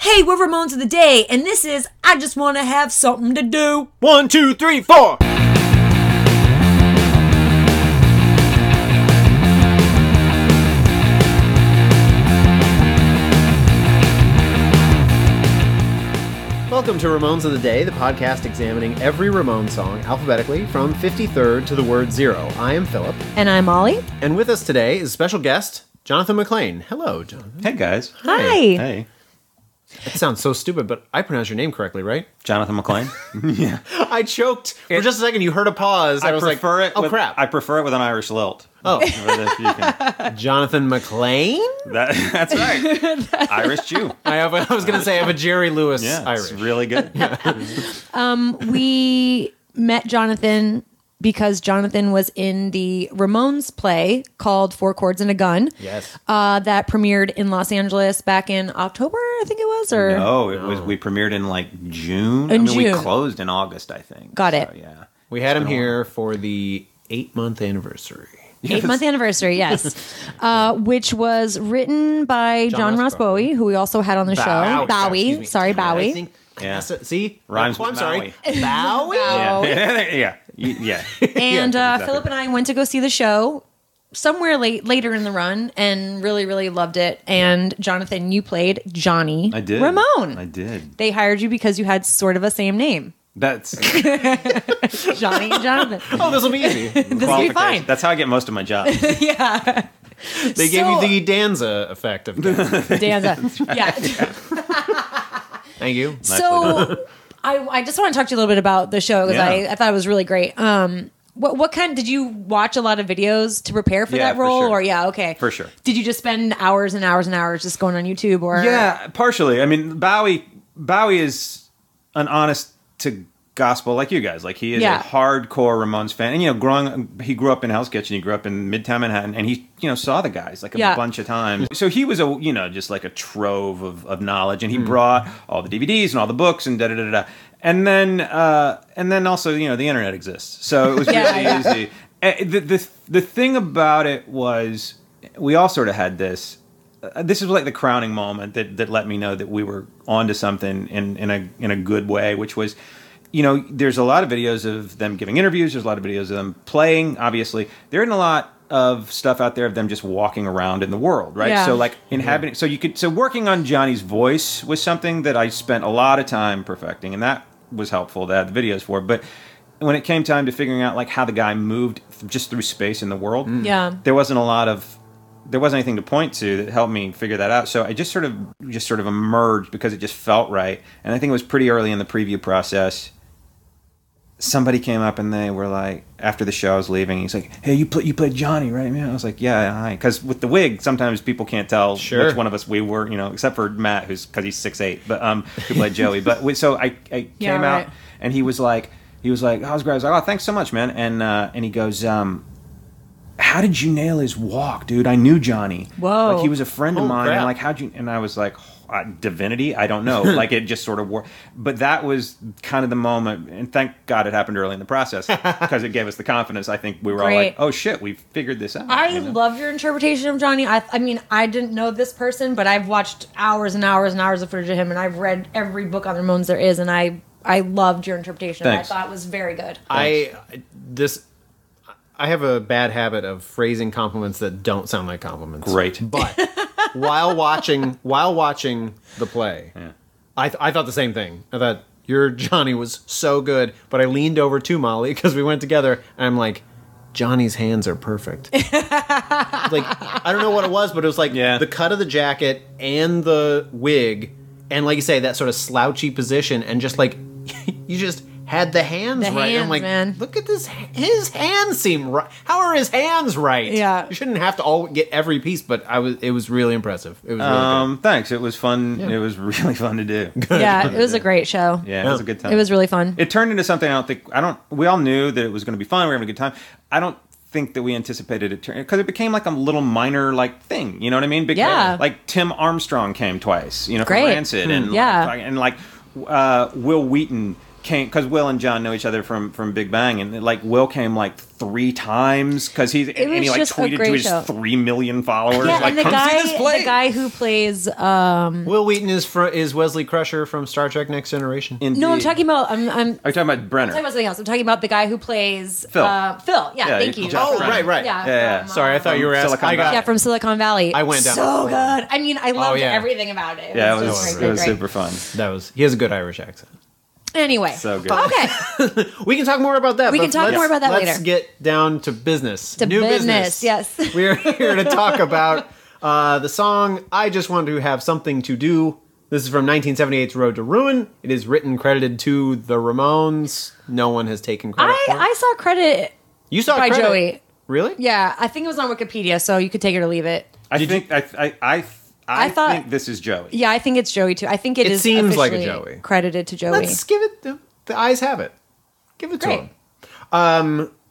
hey, we're Ramones of the Day, and this is I Just Want to Have Something to Do. One, two, three, four. Welcome to Ramones of the Day, the podcast examining every Ramones song alphabetically from 53rd to the word zero. I am Philip, And I'm Ollie. and with us today is special guest Jonathan McLean. Hello, Jonathan. Hey guys. Hi. Hey. It sounds so stupid, but I pronounced your name correctly, right? Jonathan McLean. yeah. I choked for just a second. You heard a pause. I, was prefer like, it "Oh with, crap!" I prefer it with an Irish lilt. Oh. If you can- Jonathan McLean. that, that's right. Irish Jew. I, have, I was going to say I have a Jerry Lewis Yeah. Irish. It's really good. We met Jonathan because Jonathan was in the Ramones play called Four Chords and a Gun. Yes. Uh, that premiered in Los Angeles back in October, I think it was, or Oh, it was we premiered in like June. I In mean we June. closed in August, I think. Got it. So, yeah. we had him here for the eight month anniversary. eight month anniversary, yes. uh, which was written by John, Ross Bowie, who we also had on the show. excuse Bowie, me. sorry, Bowie. I think, Yeah. that's it. see, Rhymes Oh, I'm with sorry, Bowie. Bow. Yeah. yeah. Yeah. And Yeah, uh, exactly. Philip and I went to go see the show somewhere late later in the run and really, really loved it. And Jonathan, you played Johnny I did. Ramone. I did. They hired you because you had sort of a same name, That's Johnny and Jonathan. Oh, this will be easy. this will be fine. That's how I get most of my jobs. yeah, They gave So- me the Danza effect of. Thank Danza. Yeah. you. So I, I just want to talk to you a little bit about the show because Yeah. I, I thought it was really great. Um, what what kind did you watch a lot of videos to prepare for Yeah, that for role sure. or yeah okay For sure. Did you just spend hours and hours and hours just going on YouTube or Yeah, partially. I mean, Bowie Bowie is an honest to gospel like you guys. Like he is Yeah. a hardcore Ramones fan. And you know, growing he grew up in Hell's Kitchen, he grew up in Midtown Manhattan, and he you know saw the guys like a Yeah. bunch of times. So he was a you know just like a trove of, of knowledge, and he brought all the DVDs and all the books and da da da da. And then uh, and then also you know the internet exists, so it was Yeah, really yeah. easy. Eh, The, the the thing about it was we all sort of had this uh, this is like the crowning moment that, that let me know that we were onto something in, in a in a good way, which was, you know, there's a lot of videos of them giving interviews. There's a lot of videos of them playing. Obviously, there isn't a lot of stuff out there of them just walking around in the world, right? Yeah. So like inhabiting. So you could so working on Johnny's voice was something that I spent a lot of time perfecting, and that was helpful to have the videos for. But when it came time to figuring out like how the guy moved th- just through space in the world, Yeah. there wasn't a lot of there wasn't anything to point to that helped me figure that out. So I just sort of just sort of emerged because it just felt right. And I think it was pretty early in the preview process. Somebody came up and they were like, after the show, I was leaving. He's like, "Hey, you play you played Johnny, right?" Man, I was like, "Yeah, hi." Because with the wig, sometimes people can't tell Sure. which one of us we were, you know, except for Matt, who's because he's six eight, but um, who played Joey. But we, so I, I came Yeah, right. out and he was like, he was like, "How's great?" I was like, "Oh, thanks so much, man." And uh, and he goes, um, how did you nail his walk, dude? I knew Johnny. Whoa. Like he was a friend of Oh, mine. crap. And like, how'd you? And I was like, "Uh, divinity? I don't know. like it just sort of worked. But that was kind of the moment. And thank God it happened early in the process because it gave us the confidence. I think we were all Great. like, oh shit, we figured this out. I you know? love your interpretation of Johnny. I, I mean, I didn't know this person, but I've watched hours and hours and hours of footage of him, and I've read every book on the Ramones there is, and I I loved your interpretation. Thanks. I thought it was very good. I this I have a bad habit of phrasing compliments that don't sound like compliments. Great. But while watching while watching the play, I th- I thought the same thing. I thought your Johnny was so good, but I leaned over to Molly because we went together and I'm like Johnny's hands are perfect. like I don't know what it was, but it was like Yeah. the cut of the jacket and the wig and like you say that sort of slouchy position and just like you just had the hands The right. And hands, I'm like, man. look at this. His hands seem right. How are his hands right? Yeah. you shouldn't have to all get every piece, but I was. It was really impressive. It was really Um, thanks. It was fun. Yeah. It was really fun to do. yeah, it was a great show. Yeah, it was a good time. It was really fun. It turned into something I don't think I don't. We all knew that it was going to be fun. We were having a good time. I don't think that we anticipated it because it became like a little minor like thing. You know what I mean? Because, Yeah. Like Tim Armstrong came twice. You know, Great. Hmm. from Rancid and Yeah. like, and like uh, Will Wheaton came because Will and John know each other from from Big Bang, and like Will came like three times because he's and, was he like just a tweeted great to his show. three million followers. Yeah, like, and the come guy, see this play. the guy who plays. Uh, Will Wheaton is fr- is Wesley Crusher from Star Trek: Next Generation. Indeed. no, I'm talking about. I'm. I'm Are you talking about Brenner? talking about something else. I'm talking about the guy who plays Phil. Uh, Phil. Yeah, Yeah, thank you- you. Jeff Oh, Brenner. right, right. Yeah, Yeah, from, yeah. Sorry, I um, thought you were asking. Silicon I got Valley. yeah, from Silicon Valley. I went down So the- good. I mean, I loved yeah. everything about it. Oh, yeah, it just great, was, it great, was great. super fun. that was he has a good Irish accent. Anyway, So good. Okay, We can talk more about that. We but can talk let's- more about that let's later. get down to business. To New business. business, yes. We're here to talk about uh, the song "I Just Want to Have Something to Do." This is from 1978's "Road to Ruin." It is written credited to the Ramones. No one has taken credit. I for it. I saw credit. you saw by credit. Joey. Really? Yeah, I think it was on Wikipedia, so you could take it or leave it. I think I, I I I, I thought- think this is Joey. Yeah, I think it's Joey too. I think it It is seems like a officially Joey. credited to Joey. Let's give it. The, the eyes have it. Give it Great. to him. Um,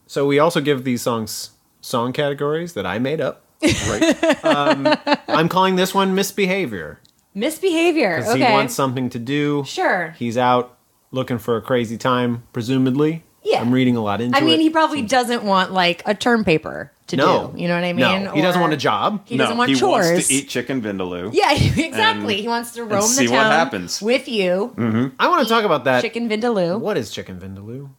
so we also give these songs song categories that I made up. Right. um, I'm calling this one misbehavior Misbehavior. because Okay. he wants something to do. Sure. He's out looking for a crazy time, presumably. Yeah. I'm reading a lot into I mean, it. he probably doesn't want like a term paper to No. do. You know what I No. mean? He doesn't Or want a job. He doesn't want he chores. wants to eat chicken vindaloo. Yeah, exactly. and- he wants to and roam see the what town happens. with you, I want to talk about that. chicken vindaloo. Mm. What is chicken vindaloo?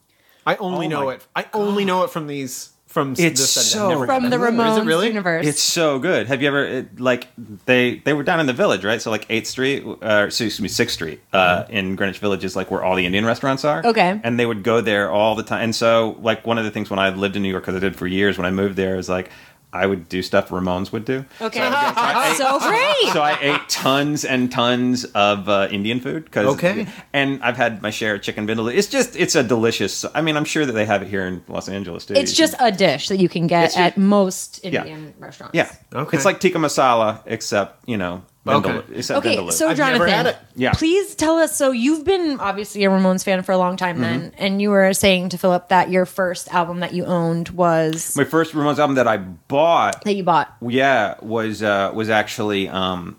I only Oh know my it. I only know it from these. From s- It's this study. I've so never- From the Ramones Is it really? universe. It's so good. Have you ever it, like they they were down in the village, right? So like Eighth Street, uh, excuse me, Sixth Street uh, in Greenwich Village is like where all the Indian restaurants are. Mm-hmm. Okay. and they would go there all the time. And so like one of the things when I lived in New York, because I did for years, when I moved there, is like I would do stuff Ramones would do. okay. So I would go- so great. so I ate tons and tons of uh, Indian food. 'cause- Okay. and I've had my share of chicken vindaloo. It's just it's a delicious. I mean, I'm sure that they have it here in Los Angeles too. It's You can- just a dish that you can get It's just- at most Yeah. Indian restaurants. yeah. Okay. It's like tikka masala, except you know, vindaloo, Okay. except Okay, vindaloo. so I've never Jonathan, had it. Yeah. please tell us. So you've been obviously a Ramones fan for a long time, Mm-hmm. then, and you were saying to Philip that your first album that you owned was my first Ramones album that I bought, that you bought. yeah, was uh, was actually um,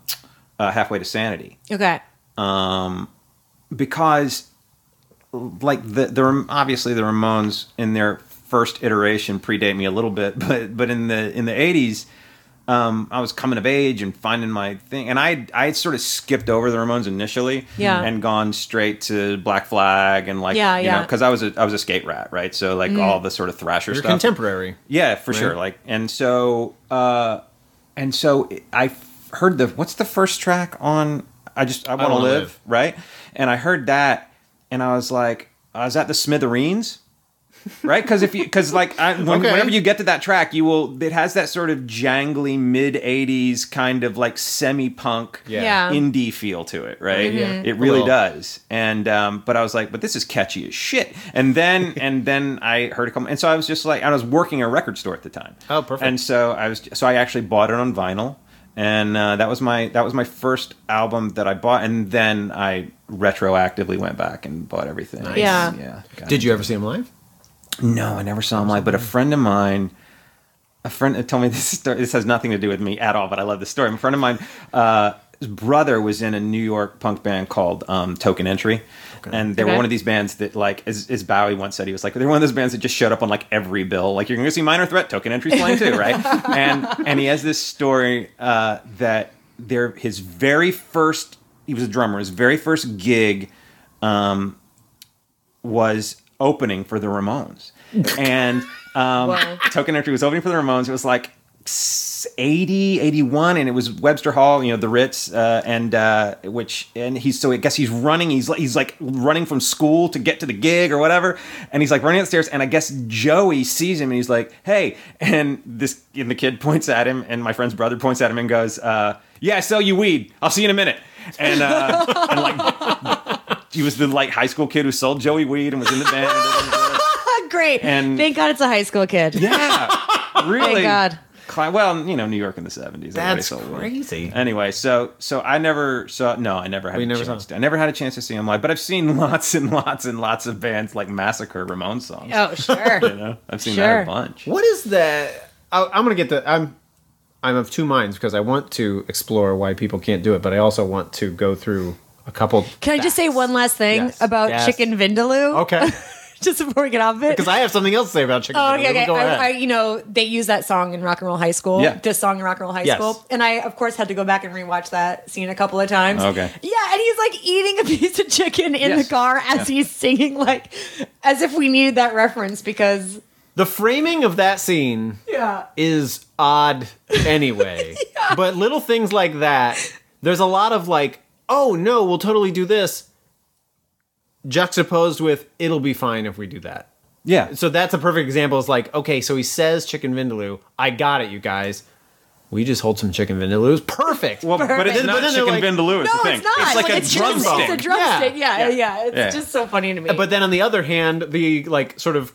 uh, halfway to sanity. Okay, because like the the obviously the Ramones in their first iteration predate me a little bit, but but in the in the eighties, um, I was coming of age and finding my thing, and I I had sort of skipped over the Ramones initially, Yeah. and gone straight to Black Flag and like Yeah, you yeah. Mm. know because I was a I was a skate rat right, so like all the sort of thrasher You're stuff, contemporary. yeah, for Right. sure. Like, and so, uh, and so I f- heard the what's the first track on? I just I want to Wanna live, Live. right? And I heard that, and I was like, I was at the Smithereens, right? Because if you because like I, when, Okay. whenever you get to that track, you will it has that sort of jangly mid '80s kind of like semi punk, Yeah. yeah, Mm-hmm. indie feel to it, right? Yeah. Mhm. It really Well- does. And um, but I was like, but this is catchy as shit. And then and then I heard a comment, and so I was just like, I was working a record store at the time. Oh, perfect. And so I was, so I actually bought it on vinyl, and uh, that was my that was my first album that I bought, and then I retroactively went back and bought everything. Yeah. yeah. Got Did it. you ever see him live? No, I never saw him live, but a friend of mine, a friend told me this story. This has nothing to do with me at all, but I love this story. A friend of mine, uh, his brother was in a New York punk band called um, Token Entry. And they were Okay. one of these bands that, like, as, as Bowie once said, he was like, they're one of those bands that just showed up on like every bill. Like, you're going to see Minor Threat, Token Entry's playing too, right? and and he has this story uh, that their his very first, he was a drummer, his very first gig um, was opening for the Ramones, and um, Wow. Token Entry was opening for the Ramones. It was like 80, 81, and it was Webster Hall, you know, the Ritz, uh, and uh, which and he's so I guess he's running. He's like he's like running from school to get to the gig or whatever, and he's like running upstairs, and I guess Joey sees him and he's like, "Hey!" And this and the kid points at him, and my friend's brother points at him and goes, uh, "Yeah, I sell you weed. I'll see you in a minute." And uh, and like he was the like high school kid who sold Joey weed and was in the band. great. And- Thank God it's a high school kid. yeah, really. Thank God. Cli- well, you know, New York in the seventies. That's crazy. Anyway, so so I never saw. No, I never had. We a never saw chance. To, I never had a chance to see him live, but I've seen lots and lots and lots of bands like Massacre Ramon songs. Oh sure. You know, I've seen that Sure. a bunch. What is that? I, I'm gonna get the. I'm I'm of two minds because I want to explore why people can't do it, but I also want to go through a couple. Can I just say facts. one last thing Yes. about Yes. chicken vindaloo? Okay, just before we get off of it. because I have something else to say about chicken. Oh, okay, vindaloo. okay. Go ahead. I, I, you know, they use that song in Rock and Roll High School. Yeah. This song in Rock and Roll High Yes. School. And I, of course, had to go back and rewatch that scene a couple of times. Okay. Yeah, and he's like eating a piece of chicken in Yes. the car as he's singing, like, as if we needed that reference because, the framing of that scene yeah. is odd anyway. But little things like that, there's a lot of like, oh no, we'll totally do this, juxtaposed with it'll be fine if we do that. Yeah. So that's a perfect example. It's like, okay, so he says chicken vindaloo. I got it, you guys. We just hold some chicken vindaloo's. Perfect. Well, but Perfect. it's Then- but not then chicken they're like- vindaloo. Is No, the thing. it's not. It's like a just- drumstick. It's a drumstick. Yeah, yeah. Yeah. It's Yeah. just so funny to me. But then on the other hand, the like sort of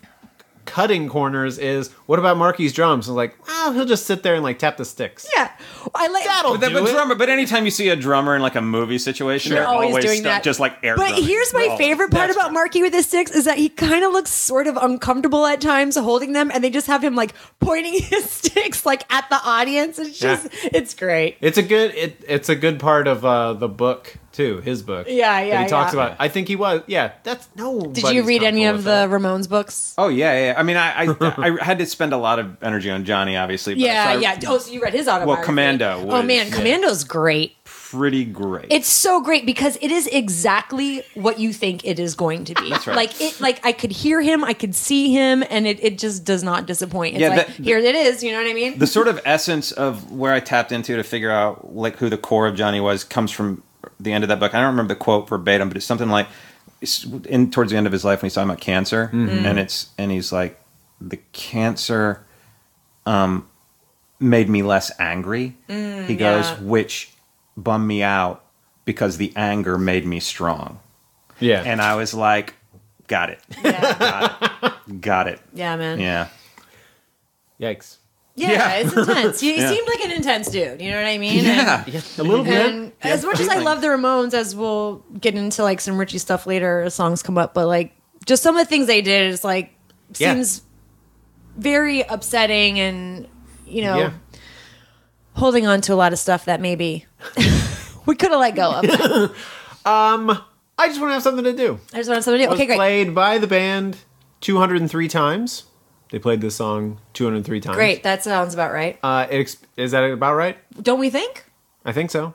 cutting corners is what about Marky's drums? And like, oh, he'll just sit there and like tap the sticks. yeah. I like That'll But, that, do but it. drummer, but anytime you see a drummer in like a movie situation, They're they're always always, Oh, doing stuck that. just like air. Oh. But drumming. here's my Well, favorite part that's about Marky with his sticks is that he kind of looks sort of uncomfortable at times holding them, and they just have him like pointing his sticks like at the audience. It's Yeah. just, it's great. It's a good it, it's a good part of uh, the book too, his book. Yeah, that yeah, He talks yeah. about. I think he was. Yeah, that's no. Did you read any of the Ramones books? Oh yeah, yeah. I mean, I, I I had to spend a lot of energy on Johnny, obviously. But Yeah, so I- yeah. Oh, so you read his autobiography? Commando oh was- man, yeah. Commando's great. Pretty great. It's so great because it is exactly what you think it is going to be. That's right. Like it, like I could hear him, I could see him, and it, it just does not disappoint. It's Yeah, like that- here it is. You know what I mean? the sort of essence of where I tapped into to figure out like who the core of Johnny was comes from the end of that book. I don't remember the quote verbatim, but it's something like it's in towards the end of his life when he's talking about cancer, Mm-hmm. and it's and he's like the cancer um, made me less angry. he goes, Mm, yeah. which bummed me out because the anger made me strong, Yeah, and I was like, got it, yeah. got it, yeah, man. yeah. yikes. Yeah, Yeah. it's intense. He Yeah. seemed like an intense dude. You know what I mean? And, A little bit. and as much as I Like- love the Ramones, as we'll get into like some Richie stuff later, as songs come up, but like just some of the things they did is like Yeah. seems very upsetting and you know Yeah. holding on to a lot of stuff that maybe we could have let go of. I I just want to have something to do. just wanted something to do. was Okay, great, played by the band 203 times. They played this song 203 times. great. That sounds about right. Uh, it ex- is that about right? Don't we think? I think so.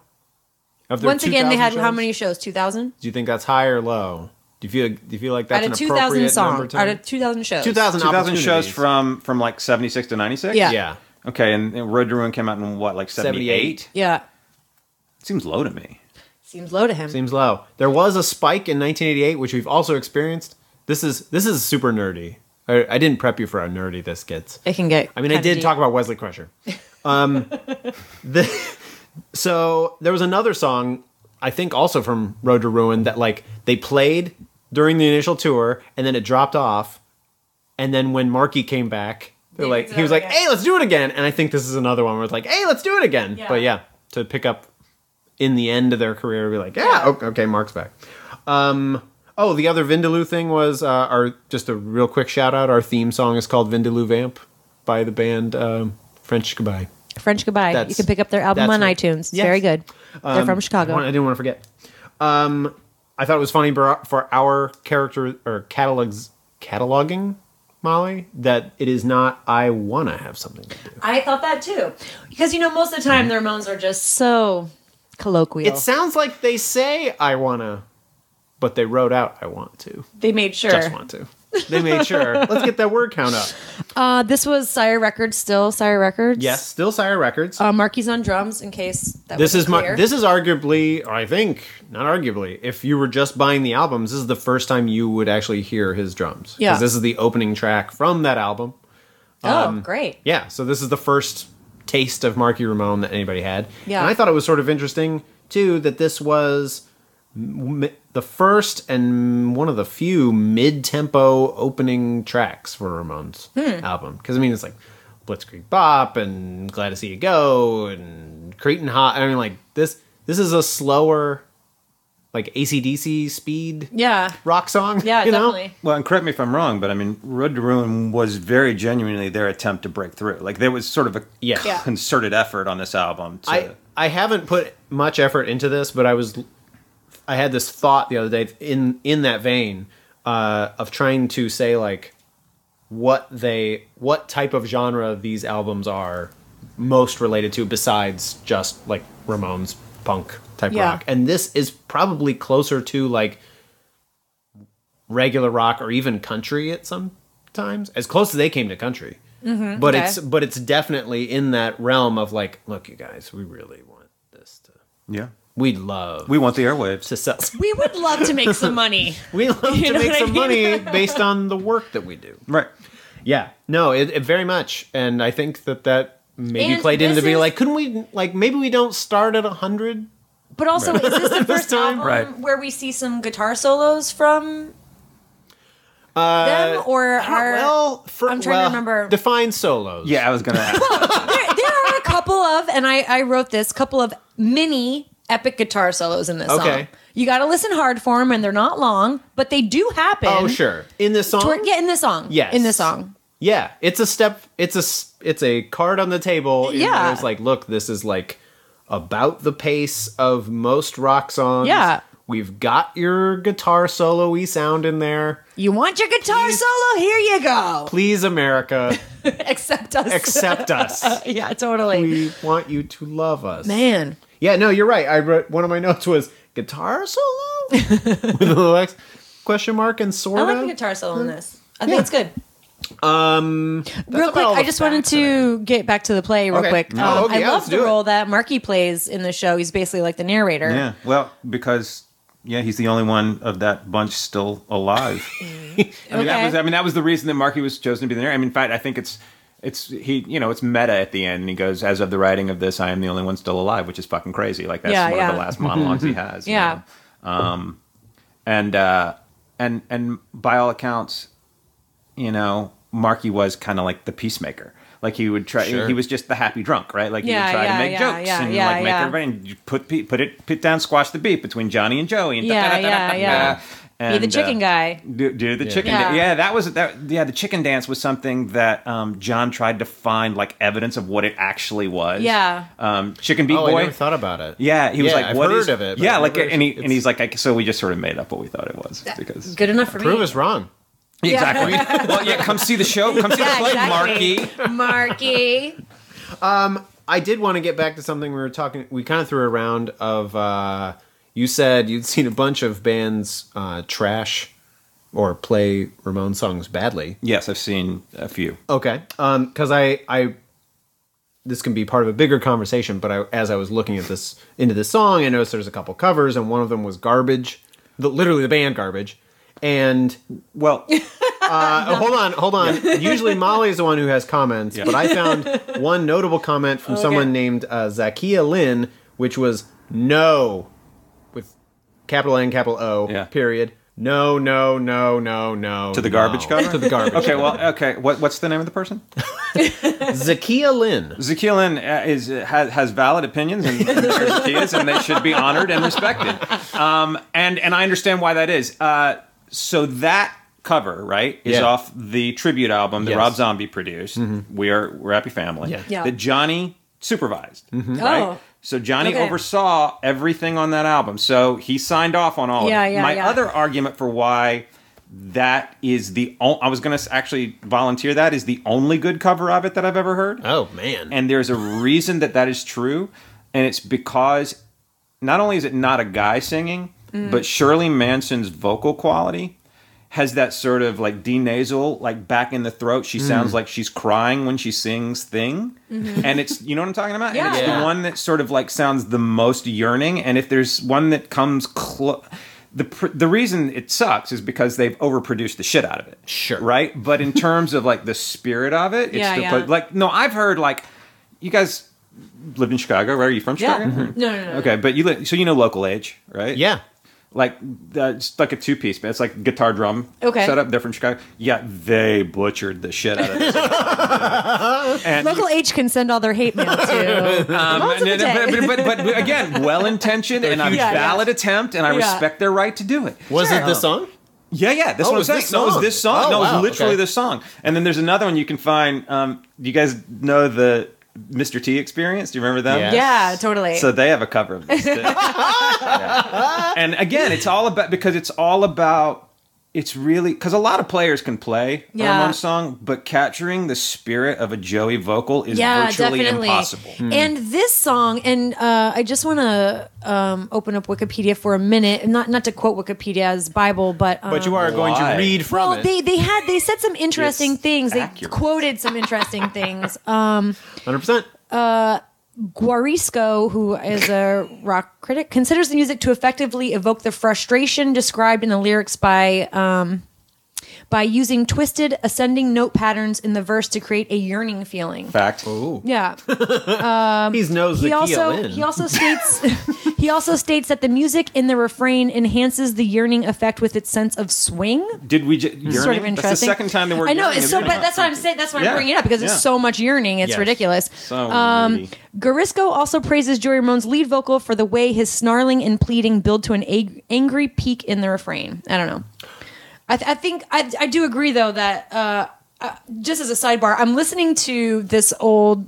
Of their Once again, they 2,000 had how shows, many shows? Two thousand Do you think that's high or low? Do you feel? Do you feel like out that's of an two appropriate thousand number? songs To out of two thousand shows. 2,000 Two thousand shows opportunities. from from like seventy six to ninety six. Yeah. Yeah, Okay, and, and Road to Ruin came out in what, like 78? 78. Yeah, Seems low to me. seems low to him. Seems low. There was a spike in 1988, which we've also experienced. This is this is super nerdy. I, I didn't prep you for how nerdy this gets. It can get. I mean, I kinda did deep. talk about Wesley Crusher. Um, the, so there was another song, I think, also from Road to Ruin that like they played during the initial tour, and then it dropped off, and then when Marky came back, they're They like, picked it he was up like, again. "Hey, let's do it again," and I think this is another one where it's like, "Hey, let's do it again." Yeah. But yeah, to pick up in the end of their career, be like, Yeah. "Yeah, okay, okay, Mark's back." Um, oh, the other Vindaloo thing was uh, our just a real quick shout out. Our theme song is called Vindaloo Vamp by the band um, French Goodbye. French Goodbye. That's- you can pick up their album that's on right. iTunes. It's Yes. Um, very good. They're from I, want- I Chicago. didn't want to forget. Um, I thought it was funny bro- for our character or catalogs cataloging Molly that it is not. I want to have something to do. I thought that too. Because, you know, most of the Mm-hmm. time their moans are just so colloquial. It sounds like they say I want to, but they wrote out I want to. they made sure. Just want to. They made sure. Let's get that word count up. Uh, this was Sire Records, still Sire Records. Yes, still Sire Records. Uh, Marky's on drums, in case that this is wasn't my clear. this is arguably i think not arguably if you were just buying the albums this is the first time you would actually hear his drums 'Cause Yeah. this is the opening track from that album Oh, um, great. yeah so this is the first taste of marky ramone that anybody had Yeah. and i thought it was sort of interesting too that this was m- the first and one of the few mid-tempo opening tracks for Ramones Hmm. album because I mean it's like Blitzkrieg Bop and Glad to See You Go and Cretin Hot. I mean like this this is a slower like ACDC speed Yeah. rock song. Yeah, you know? definitely. Well, and correct me if I'm wrong, but I mean, Road to Ruin was very genuinely their attempt to break through. Like there was sort of a Yeah. Yeah. concerted effort on this album. To, I I haven't put much effort into this, but I was I had this thought the other day in in that vein uh, of trying to say like what they what type of genre these albums are most related to besides just like Ramones punk type Yeah. rock. And this is probably closer to like regular rock or even country at some times as close as they came to country but Mm-hmm. okay. it's but it's definitely in that realm of like look you guys we really want this to Yeah. we'd love We want the airwaves. to sell We would love to make some money. we love You to know make what I some mean? money based on the work that we do Right. yeah no it, it very much and i think that that maybe And played into this be is- like couldn't we like maybe we don't start at 100 But also, is this the first time? album Right. where we see some guitar solos from uh, them, or I don't- are well, for, I'm trying to well, remember- Define solos. Yeah, I was gonna. Ask. there, there are a couple of, and I, I wrote this couple of mini epic guitar solos in this Okay. song. You got to listen hard for them, and they're not long, but they do happen. Oh, sure. In this song. Toward, yeah, in this song. Yes. in this song. Yeah, it's a step. It's a s- it's a card on the table. in that Yeah. it's like look, this is like about the pace of most rock songs. Yeah. we've got your guitar solo-y sound in there. You want your guitar solo? Here you go. Please, America, Accept us. accept us. yeah, totally. We want you to love us. Man, Yeah, no, you're right. I wrote one of my notes was guitar solo with a little X question mark and sort I of. like the guitar solo in this. I think it's good. Um, real quick, all the I just wanted facts that to get back to the play real Okay. quick. Oh, Um, okay, I yeah, let's love the do it. role that Marky plays in the show. He's basically like the narrator. Yeah. Well, because yeah, he's the only one of that bunch still alive. I mean, that Okay. was, I mean, that was the reason that Marky was chosen to be the narrator. I mean, in fact, I think it's it's he you know it's meta at the end, and he goes, "As of the writing of this, I am the only one still alive," which is fucking crazy. Like that's Yeah, one yeah. of the last monologues he has. you Yeah. know? Um, and uh, and and by all accounts, you know, Marky was kind of like the peacemaker. Like he would try, Sure. he was just the happy drunk, right? Like he Yeah, would try yeah, to make yeah, jokes yeah, and yeah, like make yeah. everybody and you put pe- put it put down, squash the beef between Johnny and Joey, and Yeah, da-da-da-da-da-da. yeah, yeah. Be And, the chicken uh, guy. do, do the chicken Yeah. yeah. yeah that was that yeah the chicken dance was something that um, john tried to find like evidence of what it actually was Yeah. um, chicken beat Oh, boy I never thought about it. yeah he was like I've what heard is- of it. but yeah I've like never- and he it's- and he's like I, so we just sort of made up what we thought it was because Good enough for prove me. us wrong. exactly well yeah come see the show come see Yeah, the play exactly. marky Marky. I did want to get back to something we were talking. We kind of threw around of uh, you said you'd seen a bunch of bands uh, trash or play Ramon songs badly. yes i've seen a few Okay, because I I this can be part of a bigger conversation. But I, as I was looking at this into this song, I noticed there's a couple covers, and one of them was garbage. The, literally the band garbage. And well uh, hold on, hold on. Usually Molly is the one who has comments, Yeah. but I found one notable comment from someone Okay. named uh, Zakia Lynn, which was no, with capital N, capital O, Yeah. period. No, no, no, no, no. To the no. garbage cover? To the garbage. okay cover. well okay what, what's the name of the person Zakia Lynn. Zekielin uh, is has, has valid opinions and Zacchaeus, and they should be honored and respected. Um, and and I understand why that is. Uh, so that cover right is Yeah. off the tribute album that Yes. Mm-hmm. Rob Zombie produced. We are we're happy family. Yeah. Mm-hmm. Yeah. That Johnny supervised. Right? Oh. So Johnny Okay. oversaw everything on that album. So he signed off on all. Yeah, of it. yeah, My yeah. other argument for why that is the o- I was going to actually volunteer that is the only good cover of it that I've ever heard. Oh man. And there's a reason that that is true. And it's because not only is it not a guy singing, but Shirley Manson's vocal quality has that sort of like denasal, like back in the throat. She sounds like she's crying when she sings thing. And it's, you know what I'm talking about? And it's Yeah. the one that sort of like sounds the most yearning. And if there's one that comes close. The, pr- the reason it sucks is because they've overproduced the shit out of it. Sure. Right? But in terms of like the spirit of it, it's Yeah, the yeah. pla- like no, I've heard like you guys lived in Chicago. Where are you from? Yeah. Chicago. Mhm. No, no, no, no. Okay, but you li- so you know local age, right? yeah. Like uh, it's like a two piece, but it's like guitar drum. Okay. Setup. They're from Chicago. Yeah, they butchered the shit out of this. and Local H can send all their hate mail to. um, Most of the and- and- day. but, but, but again, well intentioned and a huge- Yeah, yeah. valid attempt, and I Yeah. respect their right to do it. Was Sure. it the song? Yeah, yeah. That's Oh, what it I'm was saying. this No, it was song. this song. Oh, no, it wow, was literally okay. this song. And then there's another one you can find. Um, you guys know the Mr. T experience. Do you remember them? Yeah. Yeah, totally. So they have a cover of this. too. Yeah. And again, it's all about because it's all about it's really because a lot of players can play Yeah. a Ramon song, but capturing the spirit of a Joey vocal is yeah, virtually definitely. impossible. Hmm. Hmm. And this song, and uh, I just want to um, open up Wikipedia for a minute, and not not to quote Wikipedia as Bible, but um, But you are going to Why? read from Well, it. they they had they said some interesting It's things. They accurate. quoted some interesting things. Um, 100%. Guarisco, who is a rock critic, considers the music to effectively evoke the frustration described in the lyrics by um, by using twisted ascending note patterns in the verse to create a yearning feeling. Fact. Yeah. um, He's knows the he key also in. he also states he also states that the music in the refrain enhances the yearning effect with its sense of swing. Did we? J- yearning? Sort of That's the interesting. second time the word. I know yearning it's has so, been but out. that's what I'm saying. That's why I'm Yeah, bringing it up because yeah. there's so much yearning. It's Yes. ridiculous. So um, moody. Garisco also praises Joey Ramone's lead vocal for the way his snarling and pleading build to an ag- angry peak in the refrain. I don't know. I, th- I think I, I do agree though that uh, uh, just as a sidebar, I'm listening to this old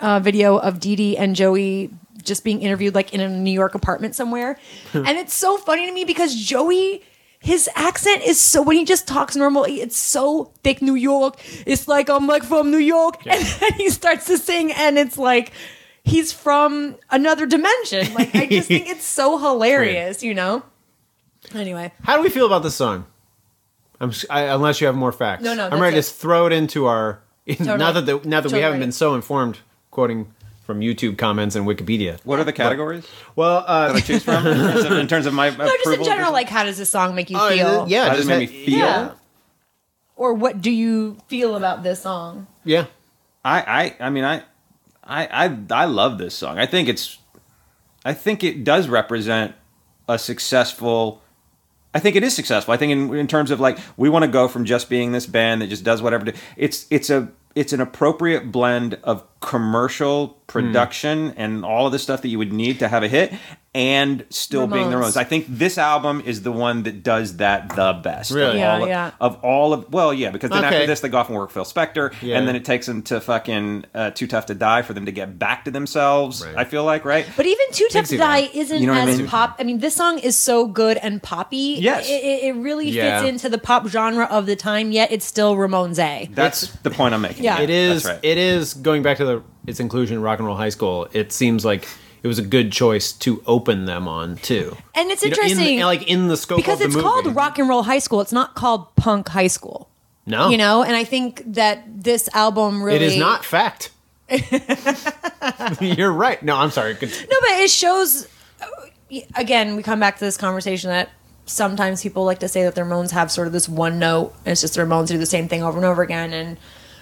uh, video of Dee Dee and Joey just being interviewed like in a New York apartment somewhere. and it's so funny to me because Joey, his accent is so, when he just talks normally, it's so thick New York. It's like, I'm like from New York. And then he starts to sing and it's like, he's from another dimension. Like, I just think it's so hilarious, you know? Anyway. How do we feel about this song? I'm s- I, unless you have more facts. No, no, I'm that's ready it. to just throw it into our. Not that the, now that we haven't Totally. been so informed, quoting from YouTube comments and Wikipedia. What are the categories Well, uh, that I choose from in terms of, in terms of my No, approval? just in general, like, how does this song make you uh, feel? yeah, How does it make ha- me feel? Yeah. Or what do you feel about this song? Yeah, I, I, I mean, I, I, I, I love this song. I think it's, I think it does represent a successful. I think it is successful. I think in, in terms of like we want to go from just being this band that just does whatever. To, it's it's a it's an appropriate blend of commercial Hmm. production and all of the stuff that you would need to have a hit, and still being the Ramones. Ramones. I think this album is the one that does that the best. of Really? Yeah, all of- yeah. Of all of well, yeah, because then Okay. after this they go off and work Phil Spector, Yeah. and then it takes them to fucking uh, too tough to die for them to get back to themselves. Right. I feel like right. But even Too Tough Dixieland. to Die isn't You know what I as mean? pop. I mean, this song is so good and poppy. Yes. It, it, it really Yeah. fits into the pop genre of the time, yet it's still Ramones A. That's the point I'm making. Yeah. it is. That's right. It is going back to the its inclusion in rock and roll high school. It seems like it was a good choice to open them on too. And it's You know, in the- interesting like in the scope because of the it's movie. called Rock and Roll High School. It's not called Punk High School. No, You know, and I think that this album really it is not fact. You're right. No, I'm sorry. Good- No, but it shows. uh, Again, we come back to this conversation that sometimes people like to say that their moans have sort of this one note, and it's just their moans do the same thing over and over again. And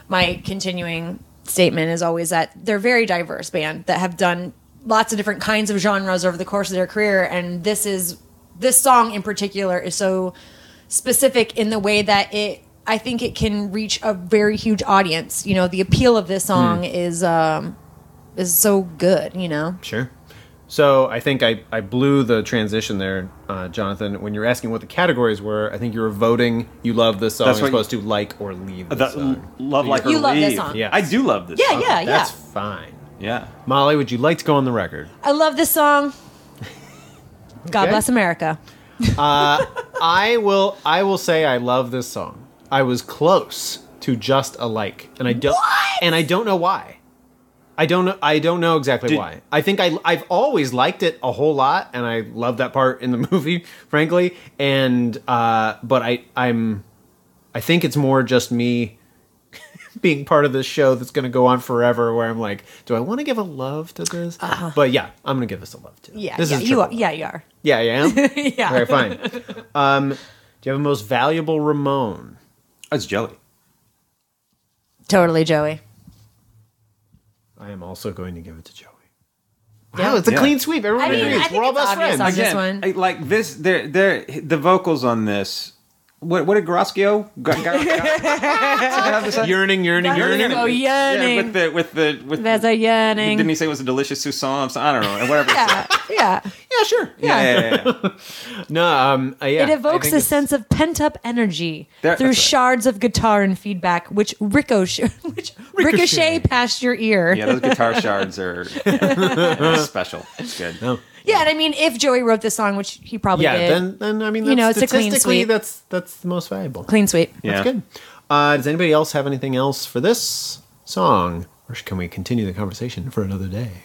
my continuing statement is always that they're a very diverse band that have done lots of different kinds of genres over the course of their career, and this is this song in particular is so specific in the way that it I think it can reach a very huge audience. You know, the appeal of this song is um is so good, you know. Sure. So I think I, I blew the transition there, uh, Jonathan. When you're asking what the categories were, I think you were voting you love this song That's as what you- Uh, opposed to like or leave The- this song. love like You or love this leave. song. Yes. I do love this. Yeah, song. yeah, yeah. That's fine. yeah. Molly, would you like to go on the record? I love this song. God Okay. bless America. I will I will say I love this song. I was close to just a like. And I don't and I don't know why. I don't know I don't know exactly Did- why. I think I I've always liked it a whole lot and I love that part in the movie, frankly. And uh but I I'm I think it's more just me being part of this show that's going to go on forever where I'm like, do I want to give a love to this? But yeah, I'm going to give this a love too. Uh-huh. Yeah, this yeah, is you triple are. Yeah, you are. yeah, I am. Yeah. All right, fine. Um, do you have a most valuable Ramon? That's Joey. Totally, Joey. I am also going to give it to Joey. Yeah. Wow, it's a Yeah. clean sweep. Everyone I mean, agrees. I think We're all it's best obvious friends. on this one. I- like this, they're, they're, the vocals on this What, what did Graschio? Gra- gra- gra- Yearning, yearning, That's yearning. so yearning. Yeah, with the with the with There's a yearning. Didn't he say it was a delicious soussance? I don't know. and Whatever. it said. yeah, yeah. Yeah, sure. Yeah. yeah, yeah, yeah, yeah. No, um, uh, yeah. It evokes a the sense of pent up energy There- through that's right. shards of guitar and feedback, which ricochet, which ricochet past your ear. Yeah, Yeah. those guitar shards are they're special. It's good. and I mean, if Joey wrote this song, which he probably Oh, Yeah, did, then then I mean, that's, You know, it's a clean statistically, sweep. that's that's the most valuable. clean sweep. Yeah. That's good. Uh, does anybody else have anything else for this song, or can we continue the conversation for another day?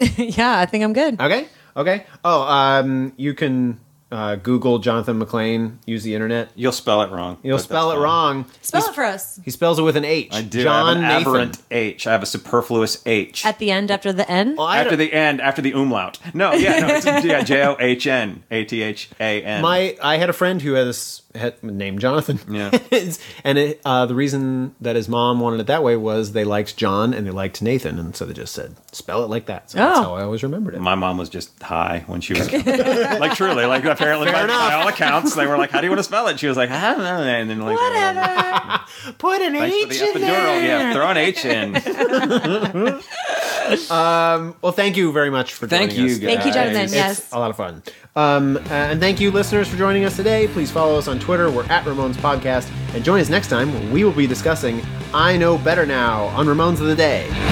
yeah, I think I'm good. Okay. Okay. Oh, um, you can uh, Google Jonathan McLean. Use the internet. You'll spell it wrong. You'll but spell that's it fine. wrong. Spell He it for us He spells it with an H. I do. John I have an Nathan. aberrant H. I have a superfluous H. at the end after the N. Well, Oh, I after don't- the end, after the umlaut. No, yeah, no, it's, yeah, J O H N A T H A N. My I had a friend who had this had, named Jonathan. Yeah. and it, uh, the reason that his mom wanted it that way was they liked John and they liked Nathan, and so they just said spell it like that. So that's Oh. how I always remembered it. My mom was just high when she was like truly like apparently by, by all accounts they were like how do you want to spell it she was like I don't know and then like Whatever. Put an thanks for H the in there. epidural yeah throw an H in Well, thank you very much for Thank joining you, us. guys. Thank you, Jonathan. It's Yes. a lot of fun. Um, and thank you, listeners, for joining us today. Please follow us on Twitter. We're at Ramones Podcast, and join us next time. Where we will be discussing "I Know Better Now" on Ramones of the Day.